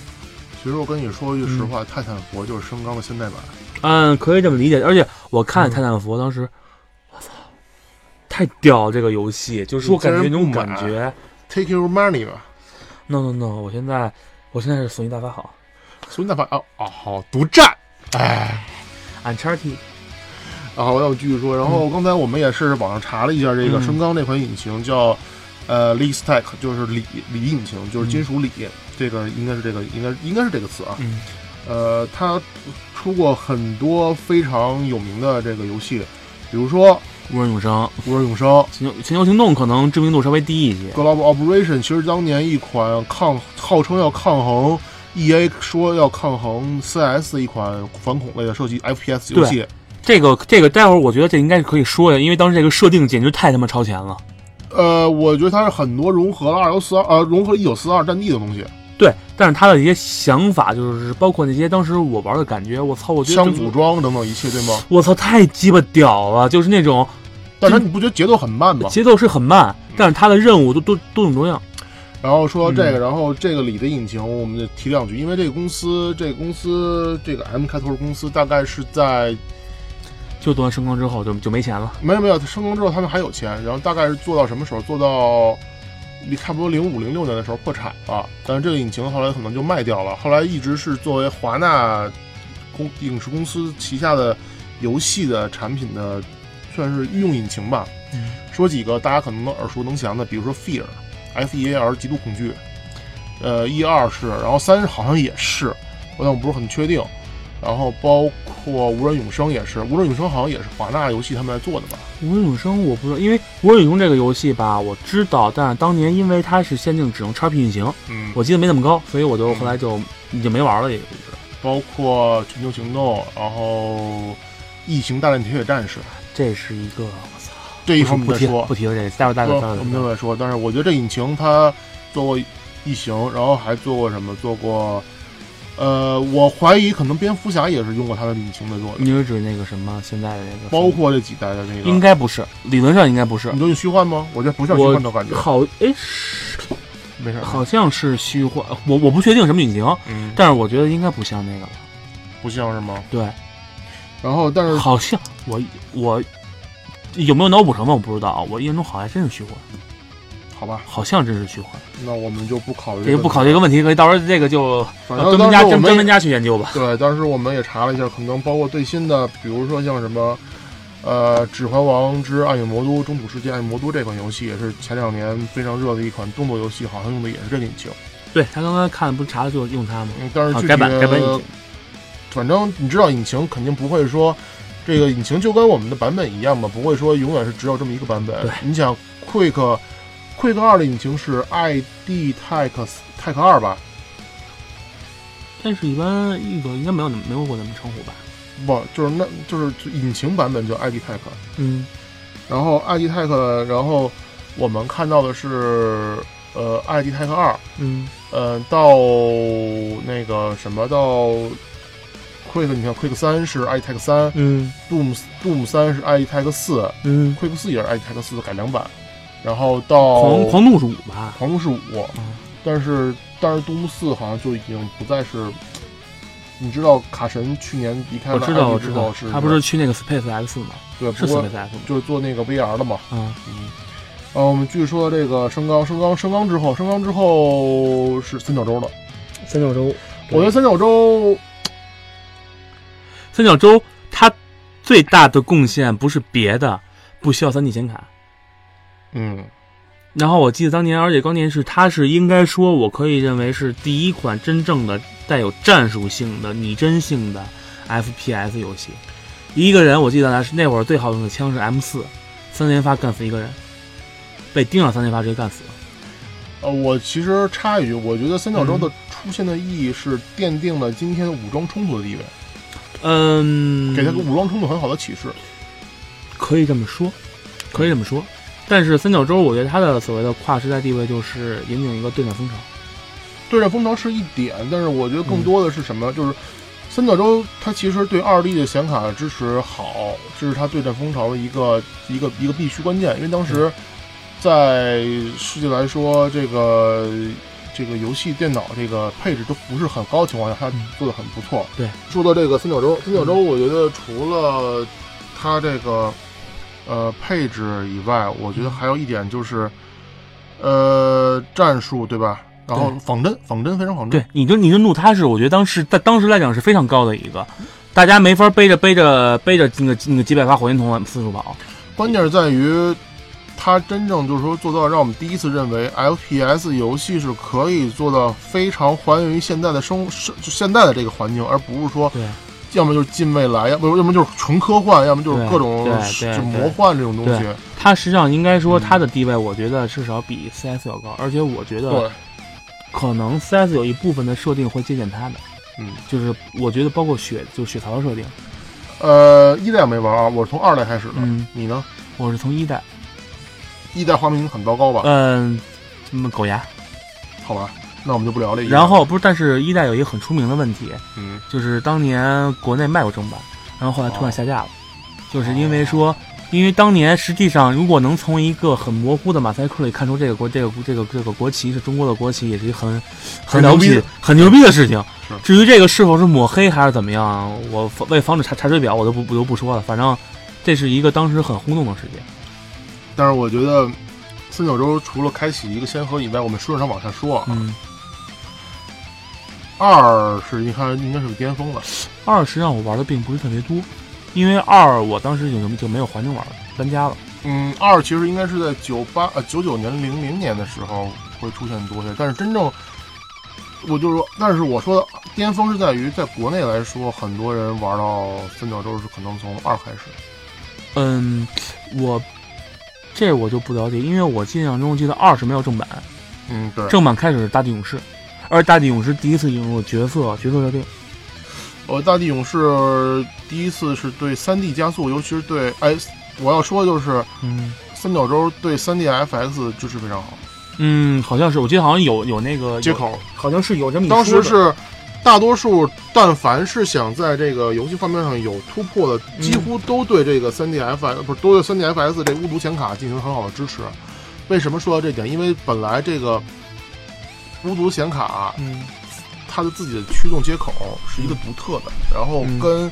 B: 其实我跟你说句实话，泰坦佛就是升钢的现代版。
C: 嗯，可以这么理解。而且我看
B: 嗯
C: 《泰坦佛》当时，我操，太屌了！这个游戏就是我感觉那
B: 你竟然
C: 种
B: 不
C: 感
B: 买
C: 觉。
B: Take your money 吧，
C: No No No！我现在我现在是索尼大法好
B: 所以那版哦哦好独占，哎。
C: ，Uncharted
B: 然啊后要继续说，然后刚才我们也是网上查了一下，这个
C: 嗯
B: 升钢这款引擎叫呃 l i s t e c 就是锂锂引擎，就是金属锂，这个应该是这个应该应该是这个词啊。
C: 嗯，
B: 呃，它出过很多非常有名的这个游戏，比如说《
C: 无人永生、
B: 无人永生》《
C: 全球全球行动可能知名度稍微低一些。
B: Global Operation》，其实当年一款抗号称要抗衡 EA 说要抗衡 CS 的一款反恐类的射击 FPS 游戏。
C: 这个这个，待会儿我觉得这应该是可以说的，因为当时这个设定简直太他妈超前了。
B: 呃，我觉得它是很多融合了二幺四二呃融合一九四二战地的东西，
C: 对，但是他的一些想法，就是包括那些当时我玩的感觉，我操，我觉得
B: 枪
C: 整个
B: 组，装等等一切，对吗？
C: 我操，太鸡巴屌了！就是那种
B: 但是你不觉得节奏很慢吗？
C: 节奏是嗯很慢，但是他的任务都都都很重要。
B: 然后说到这
C: 嗯
B: 个，然后这个里的引擎，我们就提两句，因为这个公司，这个公司，这个 M 开头的公司，大概是在
C: 就读完升高之后就就没钱了。
B: 没有没有升工之后，他们还有钱，然后大概是做到什么时候？做到差不多零五零六年的时候破产了，但是这个引擎后来可能就卖掉了，后来一直是作为华纳公影视公司旗下的游戏的产品的，算是御用引擎吧。
C: 嗯
B: 说几个大家可能能耳熟能详的，比如说 Fear F E A R 极度恐惧，呃 E 二是，然后三好像也是，我但我不是很确定。然后包括无人永生也是，无人永生好像也是华纳游戏他们来做的吧？
C: 无人永生我不知道，因为无人永生这个游戏吧，我知道，但是当年因为它是限定只能 XP 运行，
B: 嗯，
C: 我记得没那么高，所以我就后来就已经没玩了也。
B: 包括全球行动，然后异形大战铁血战士
C: 这是一个我操，
B: 这一会儿我们
C: 不
B: 再
C: 提
B: 说，
C: 不提了，这哦个待会儿待会儿待会
B: 我们
C: 儿。
B: 再说。但是我觉得这引擎它做过异形，然后还做过什么？做过，呃，我怀疑可能蝙蝠侠也是用过它的引擎在做的，
C: 你是指那个什么现在的那个？
B: 包括这几代的那个。
C: 嗯应该不是，理论上应该不是
B: 你。都用虚幻吗？我觉得不像虚
C: 我
B: 幻的感觉。
C: 好，哎，是
B: 没事，
C: 好像是虚幻，我我不确定什么引擎，
B: 嗯，
C: 但是我觉得应该不像那个了。
B: 不像是吗？
C: 对，
B: 然后，但是
C: 好像我我有没有脑补成分我不知道，啊我印象中好像还真是虚幻，
B: 好吧，
C: 好像真是虚幻。
B: 那我们就不考虑
C: 这个不考
B: 虑。
C: 虑这个问题，可以到时候这个就
B: 反
C: 呃
B: 正
C: 跟
B: 当时
C: 专家
B: 我
C: 跟专
B: 们
C: 门家去研究吧。
B: 对，当时我们也查了一下，可能包括最新的，比如说像什么，呃，《指环王之暗影魔都：中土世界暗影魔都》这款游戏，也是前两年非常热的一款动作游戏，好像用的也是这个引擎。
C: 对他刚刚看不是查了就用它吗？
B: 嗯，但是
C: 啊
B: 具，体
C: 改版改版已
B: 的
C: 经，
B: 反正你知道，引擎肯定不会说这个引擎就跟我们的版本一样嘛，不会说永远是只有这么一个版本
C: 对。
B: 你想 Quick Quick 二的引擎是 ID Tech Tech 二吧？
C: 但是一般一种应该没有那么没有过那么称呼吧？
B: 不，就是那就是引擎版本叫 ID Tech，
C: 嗯，
B: 然后 ID Tech，然后我们看到的是呃 ID Tech 二，
C: 嗯，
B: 呃，到那个什么，到 Quick，你看 Quick 三是 iTech 三
C: 嗯，
B: ，Doom Doom 三是 iTech 四
C: 嗯，
B: ，Quick 四也是 iTech 四的改良版，然后到
C: 狂狂哦怒是五吧？
B: 狂怒是五，但是但是 Doom 四好像就已经不再是，你知道卡神去年离开
C: 我
B: 了
C: 知道，
B: IE
C: 我
B: 之
C: 知
B: 后
C: 道啊
B: 是，
C: 他不是去那个 Space X 吗？
B: 对，
C: 是
B: 不过
C: Space X 吗？
B: 就是做那个 VR 的嘛，
C: 啊，
B: 嗯，然后我们继续说这个升纲，升纲，升纲之后，升纲之后是三角洲了。
C: 三角洲，
B: 我觉得三角洲
C: 三角洲它最大的贡献不是别的，不需要三 D 显卡。
B: 嗯
C: 然后我记得当年，而且当年是它是应该说，我可以认为是第一款真正的带有战术性的拟真性的 FPS 游戏。一个人，我记得那是那会儿最好用的枪是 M 四，三连发干死一个人，被盯上三连发直接干死了。，
B: 呃，我其实插一句，我觉得三角洲
C: 嗯
B: 的出现的意义是奠定了今天武装冲突的地位，
C: 嗯，
B: 给他个武装冲突很好的启示。
C: 可以这么说，可以这么说。但是三角洲，我觉得它的所谓的跨时代地位就是引领一个对战风潮。
B: 对战风潮是一点，但是我觉得更多的是什么？就是三角洲它其实对二 D 的显卡支持好，这是它对战风潮的一个一个一个必须关键，因为当时在世界来说，这个这个游戏电脑这个配置都不是很高的情况下，它
C: 嗯
B: 做的很不错。
C: 对，
B: 说到这个三角洲，三角洲我觉得除了它这个呃配置以外，我
C: 嗯
B: 觉得还有一点就是呃战术对吧？然后
C: 对
B: 仿真，仿真非常仿真
C: 对，，你就你就怒他是，我觉得当时在当时来讲是非常高的一个，大家没法背着背着背着那个那个几百发火箭筒往四处跑。
B: 关键是在于，它真正就是说做到让我们第一次认为 FPS 游戏是可以做到非常还原于现在的生生就现在的这个环境，而不是说
C: 对
B: 要么就是近未来，要么要么就是纯科幻，要么就是
C: 对
B: 各种
C: 对对
B: 就
C: 对
B: 魔幻这种东西。
C: 他实际上应该说
B: 嗯
C: 他的地位，我觉得至少比 CS 要高，而且我觉得
B: 对，
C: 可能 CS 有一部分的设定会借鉴他的，
B: 嗯，
C: 就是我觉得包括血就是血槽设定，
B: 呃，一代没玩啊，我是从二代开始的。
C: 嗯，
B: 你呢？
C: 我是从一代，
B: 一代画面很糟糕吧？
C: 嗯、嗯，狗牙，
B: 好吧，那我们就不聊这一代。
C: 呃然，后不是，但是一代有一个很出名的问题，
B: 嗯，
C: 就是当年国内卖过正版，然后后来突然下架了，就是因为
B: 哦
C: 说，因为当年实际上如果能从一个很模糊的马赛克里看出这个国这个这个这个国旗是中国的国旗，也是一个很很了
B: 牛
C: 不
B: 逼
C: 起
B: 的
C: 很牛逼的事情
B: 是。
C: 至于这个是否是抹黑还是怎么样，我防为防止查查水表，我都不我都不说了。反正这是一个当时很轰动的事件。
B: 但是我觉得三角洲除了开启一个先河以外，我们顺着往下说啊。
C: 嗯，
B: 二是应该应该是巅峰了，
C: 二实际上我玩的并不是特别多，因为二我当时已经就没有环境玩了，搬家了。
B: 嗯，二其实应该是在九八呃九九年零零年的时候会出现多些，但是真正我就是说，但是我说的巅峰是在于在国内来说，很多人玩到三角洲是可能从二开始，
C: 嗯，我这我就不了解，因为我印象中记得二是没有正版，
B: 嗯，对，
C: 正版开始是大地勇士，而大地勇士第一次引入角色角色设定，
B: 我呃大地勇士第一次是对三 D 加速，尤其是对哎，我要说的就是
C: 嗯
B: 三角洲对三 DFX 支持非常好，
C: 嗯，好像是，我记得好像有有那个
B: 接
C: 有
B: 口
C: 好像是有这么一
B: 当时
C: 说的
B: 是大多数，但凡是想在这个游戏方面上有突破的，
C: 嗯
B: 几乎都对这个 3DF 不是都对 3DFS 这巫毒显卡进行很好的支持。为什么说到这点？因为本来这个巫毒显卡
C: 嗯
B: 它的自己的驱动接口是一个独特的，然后
C: 嗯
B: 跟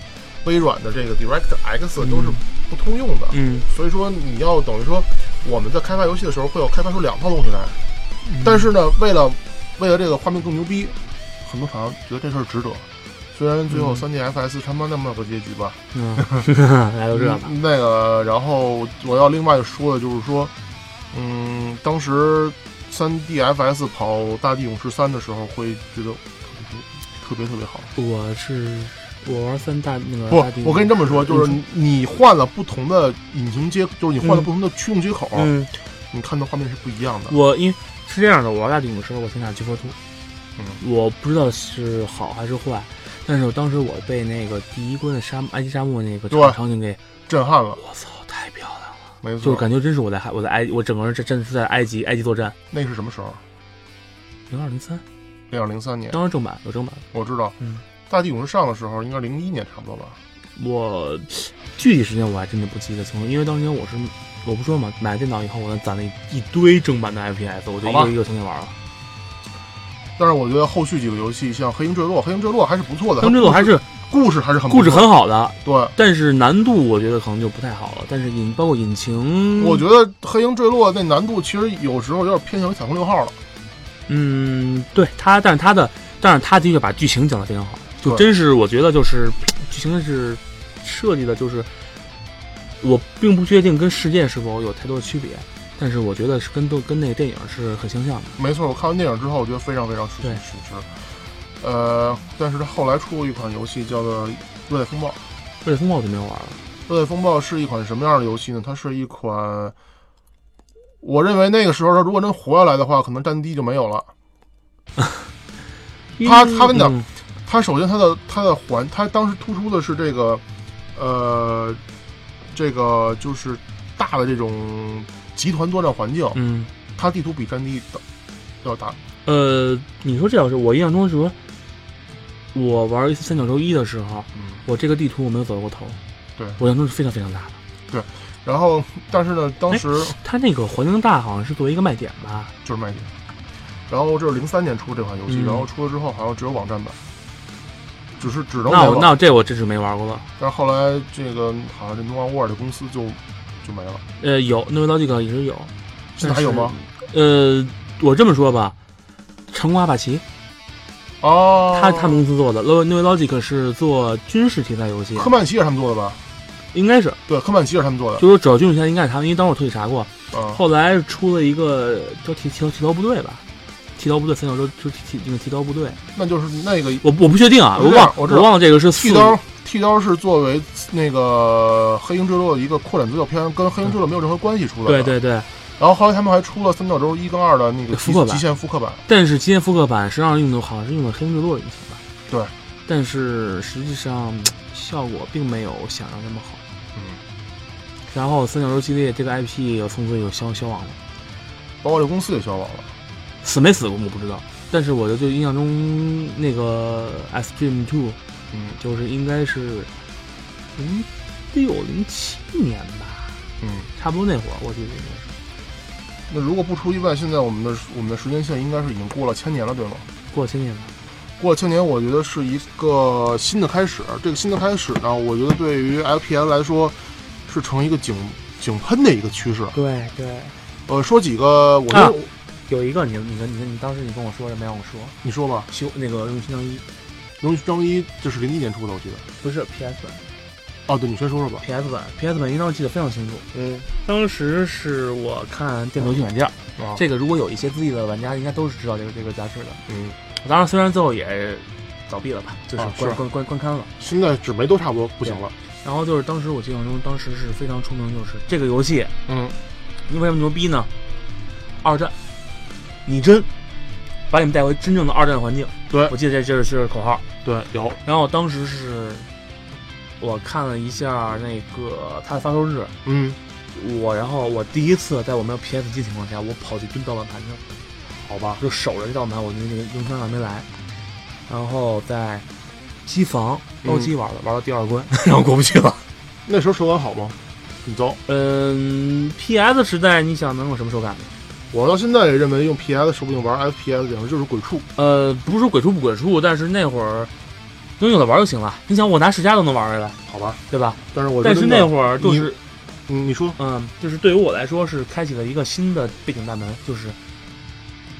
B: 微软的这个 Direct X
C: 嗯
B: 都是不通用的。
C: 嗯
B: 所以说，你要等于说我们在开发游戏的时候会有开发出两套东西来，
C: 嗯
B: 但是呢，为了为了这个画面更牛逼，很多厂商觉得这事儿值得。虽然最后
C: 嗯
B: 3 DFS 他妈那么个结局吧， (laughs)
C: 嗯，大家都知道吧，
B: 嗯那个，然后我要另外说的就是说，嗯，当时3 DFS 跑《大地勇士三》的时候，会觉得特别特别特别好。
C: 嗯我是我玩三大那个
B: 不
C: 大地，
B: 我跟你这么说，就是你你换了不同的引擎接，就是你换了
C: 嗯
B: 不同的驱动接口，
C: 嗯，
B: 你看到画面是不一样的。
C: 我因是这样的，我玩大顶的时候，我先打 G 4 Two，
B: 嗯
C: 我不知道是好还是坏，但是我当时我被那个第一关的沙漠埃及沙漠那个
B: 对
C: 场场景给，
B: 震撼了，
C: 我操，太漂亮了，
B: 没
C: 就是
B: 错。
C: 感觉真是我在海我在埃我整个人真真的是在埃及埃及作战，
B: 那是什么时候？
C: 零二零三，
B: 零二零三年，
C: 当时正版有正版，
B: 我知道。
C: 嗯
B: 大地勇士上的时候，应该零一年差不多吧？
C: 我具体时间我还真的不记得清楚，因为当年我是我不说嘛，买了电脑以后我攒了一一堆正版的 FPS，我就一
B: 好吧
C: 个一个重新玩了。
B: 但是我觉得后续几个游戏，像《黑鹰坠落》，《黑鹰坠落》还是不错的，
C: 当这个还是
B: 故事还是很呃不
C: 故事
B: 错的
C: 很好的，
B: 对。
C: 但是难度我觉得可能就不太好了。但是引包括引擎，
B: 我觉得《黑鹰坠落》那难度其实有时候有点偏向于彩虹六号了。
C: 嗯，对他，但是他的，但是他的确把剧情讲得非常好，就
B: 对
C: 真是我觉得就是剧情是设计的，就是我并不确定跟世界是否有太多的区别，但是我觉得是跟都跟那个电影是很相像的。
B: 没错，我看完电影之后，我觉得非常非常舒
C: 对
B: 舒适。呃，但是它后来出了一款游戏叫做《热带风暴》。
C: 热血风暴我就没有玩了，
B: 《热带风暴》是一款什么样的游戏呢？它是一款，我认为那个时候它如果真活下来的话，可能战地就没有了。他他们的
C: 嗯
B: 它首先它的它的环，它当时突出的是这个，呃，这个就是大的这种集团作战环境，
C: 嗯
B: 它地图比战地的要大。
C: 呃，你说这要是我印象中是说，我玩一次三角洲一的时候，
B: 嗯，
C: 我这个地图我没有走过头，
B: 对
C: 我印象中是非常非常大的。
B: 然后但是呢，
C: 哎
B: 当时
C: 它那个环境大好像是作为一个卖点吧，
B: 就是卖点。然后这是零三年出这款游戏，
C: 嗯
B: 然后出了之后好像只有网站版，只是只能
C: 那
B: 在
C: 我
B: 网
C: 那这我真是没玩过了。
B: 但是后来这个好像这 No One World 公司就就没了，
C: 呃，有，那维劳 o 个也是有。
B: 现在还有吗？
C: 呃，我这么说吧，成功阿帕奇，
B: 哦，
C: 他他们公司做的 l o n e w Logic 是做军事题材游戏，
B: 科曼奇也是他们做的吧？
C: 应该是，
B: 对，科曼奇也是他们做的。
C: 就说主要军事题材应该是他们，因为当时我特意查过，
B: 啊，
C: 后来出了一个叫提提提刀部队吧，提刀部队三角洲就提提那个提刀部队，
B: 那就是那个
C: 我我不确定啊，
B: 我
C: 我
B: 知道
C: 忘
B: 我知道
C: 忘了这个是四
B: T 刀，T 刀是作为那个《黑鹰坠落》的一个扩展资料片，跟《黑鹰坠落》没有任何关系出的。
C: 对。对对，
B: 然后后来他们还出了三角洲一跟二的那个
C: 复刻
B: 极
C: 版
B: 极限复刻版，
C: 但是极限复刻版实际上用的好像是用的黑鹰坠落引擎吧，
B: 对，
C: 但是实际上效果并没有想象那么好。
B: 嗯，
C: 然后三角洲系列这个 IP 有从此有消消亡了，
B: 包括这公司也消亡了。
C: 死没死我不知道，但是我就就印象中那个 S Dream Two
B: 嗯
C: 就是应该是零六零七年吧，
B: 嗯，
C: 差不多那会儿我记得应该是
B: 那如果不出意外，现在我们的我们的时间线应该是已经过了千年了，对吗？
C: 过千年吧。
B: 过了千年，我觉得是一个新的开始。这个新的开始呢，我觉得对于 FPS 来说，是成一个井井喷的一个趋势。
C: 对对，
B: 呃，说几个，我觉得、
C: 啊有一个你你跟你跟你当时你跟我说什么让我说
B: 你说吧，
C: 修那个用新疆一
B: 《荣誉勋章一》这是零一年出的，我记得。
C: 不是 PS 版
B: 哦，对，你先说说吧。
C: PS 版 PS 版应当记得非常清楚，
B: 嗯，
C: 当时是我看电子游戏软件儿，
B: 啊，
C: 这个如果有一些资历的玩家应该都是知道这个这个杂志的。
B: 嗯，
C: 当然，虽然最后也倒闭了吧，就是
B: 啊
C: 关、
B: 是
C: 关关关刊了。
B: 现在纸媒都差不多不行了。
C: 然后就是当时我印象中，当时是非常出名，就是这个游戏
B: 嗯，
C: 为什么牛逼呢？二战拟真，把你们带回真正的二战环境。
B: 对
C: 我记得这这是这是口号。
B: 对，有，
C: 然后当时是我看了一下那个它的发售日，
B: 嗯，
C: 我然后我第一次在我没有 PS 机情况下，我跑去蹲盗版盘去了。
B: 好吧，
C: 就守着这道门，我那那个英川还没来，然后在机房包机玩了，玩到第二关， (laughs) 然后过不去了。
B: 那时候手感好吗？很糟。
C: 嗯，PS 时代你想能有什么手感呢？
B: 我到现在也认为用 PS 说不定玩 FPS 简直就是鬼畜。
C: 呃，不是说鬼畜不鬼畜，但是那会儿能有的玩就行了。你想我拿世嘉都能玩回来，
B: 好吧，
C: 对吧？
B: 但是我
C: 但是那
B: 儿，
C: 会儿就是
B: 嗯，你说，
C: 嗯，就是对于我来说是开启了一个新的背景大门，就是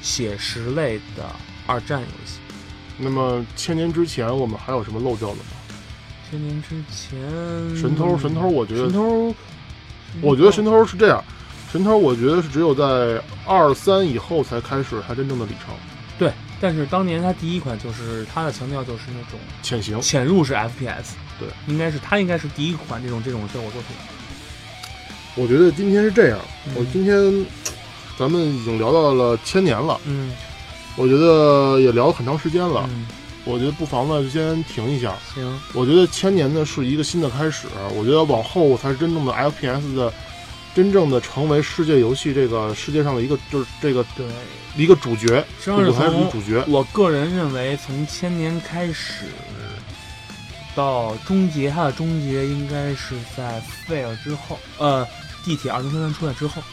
C: 写实类的二战游戏。
B: 那么千年之前我们还有什么漏掉的吗？
C: 千年之前，
B: 神偷，神偷，，我觉得
C: 神偷，
B: 我觉得神偷是这样，神偷我觉得是只有在二三以后才开始它真正的里程。
C: 但是当年它第一款就是它的强调就是那种
B: 潜行，
C: 潜入式 FPS，
B: 对，
C: 应该是它应该是第一款这种这种效果作品。
B: 我觉得今天是这样，
C: 嗯
B: 我今天咱们已经聊到了千年了，
C: 嗯，
B: 我觉得也聊了很长时间了，
C: 嗯
B: 我觉得不妨呢就先停一下。
C: 行，
B: 我觉得千年呢是一个新的开始，我觉得往后才是真正的 FPS 的，真正的成为世界游戏这个世界上的一个就是这个
C: 对，
B: 一个主角，
C: 实际上
B: 舞
C: 是
B: 台
C: 从
B: 是主角，
C: 我个人认为，从千年开始到终结，它的终结应该是在费尔之后，呃，地铁二零三三出来之后，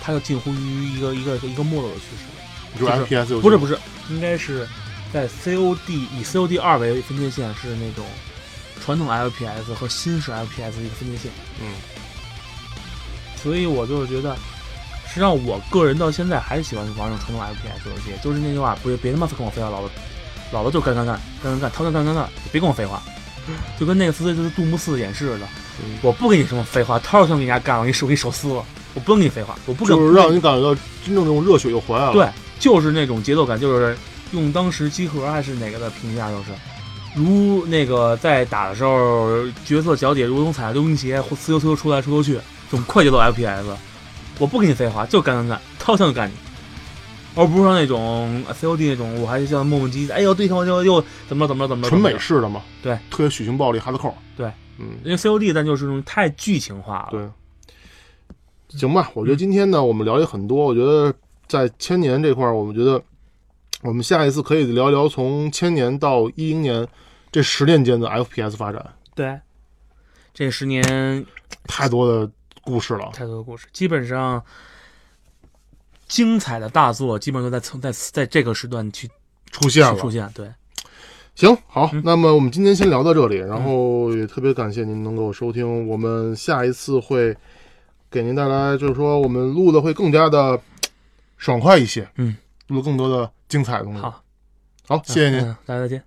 C: 它就近乎于一个一个一个没落的趋势。
B: 就是
C: 是
B: FPS 游戏，
C: 不是不是，应该是在 COD 以 COD 二为分界线是那种传统 FPS 和新式 FPS 的一个分界线。
B: 嗯，
C: 所以我就是觉得，实际上我个人到现在还是喜欢玩那种传统 FPS 游戏，就是那句话，不是别他妈跟我废话，老子老子就干干干干干干，他干干干干，别跟我废话。就跟那个斯就是杜牧四的演示似的，
B: 嗯
C: 我不跟你什么废话，掏着枪给人家干了，我给你手给你手撕了，我不跟你废话，我不跟
B: 就是让你感觉到真正这种热血又回来了。
C: 对，就是那种节奏感，就是用当时机核还是哪个的评价，就是如那个在打的时候，角色脚底如同踩着溜冰鞋，或呲溜呲溜出来出溜去，这种快节奏 FPS，我不跟你废话，就干干干，掏枪就干你。而不是说那种呃 COD 那种，我还像磨磨唧唧，哎呦对抗就又怎么着怎么着怎么着，
B: 纯美式的嘛，
C: 对，
B: 特别血腥暴力，哈德扣，
C: 对，
B: 嗯，
C: 因为 COD 但就是那种太剧情化了，
B: 对，行吧，
C: 嗯
B: 我觉得今天呢，我们聊了很多，我觉得在千年这块儿，我们觉得我们下一次可以聊一聊从千年到一零年这十年间的 FPS 发展，
C: 对，这十年
B: 太多的故事了。
C: 太多的故事，基本上精彩的大作基本上都在从在在这个时段去
B: 出现了
C: 出现。对，
B: 行，好，
C: 嗯
B: 那么我们今天先聊到这里，然后也特别感谢您能够收听，我们下一次会给您带来，就是说我们录的会更加的爽快一些，
C: 嗯，
B: 录更多的精彩的东西。
C: 好，
B: 好，谢谢您。
C: 嗯，大家再见。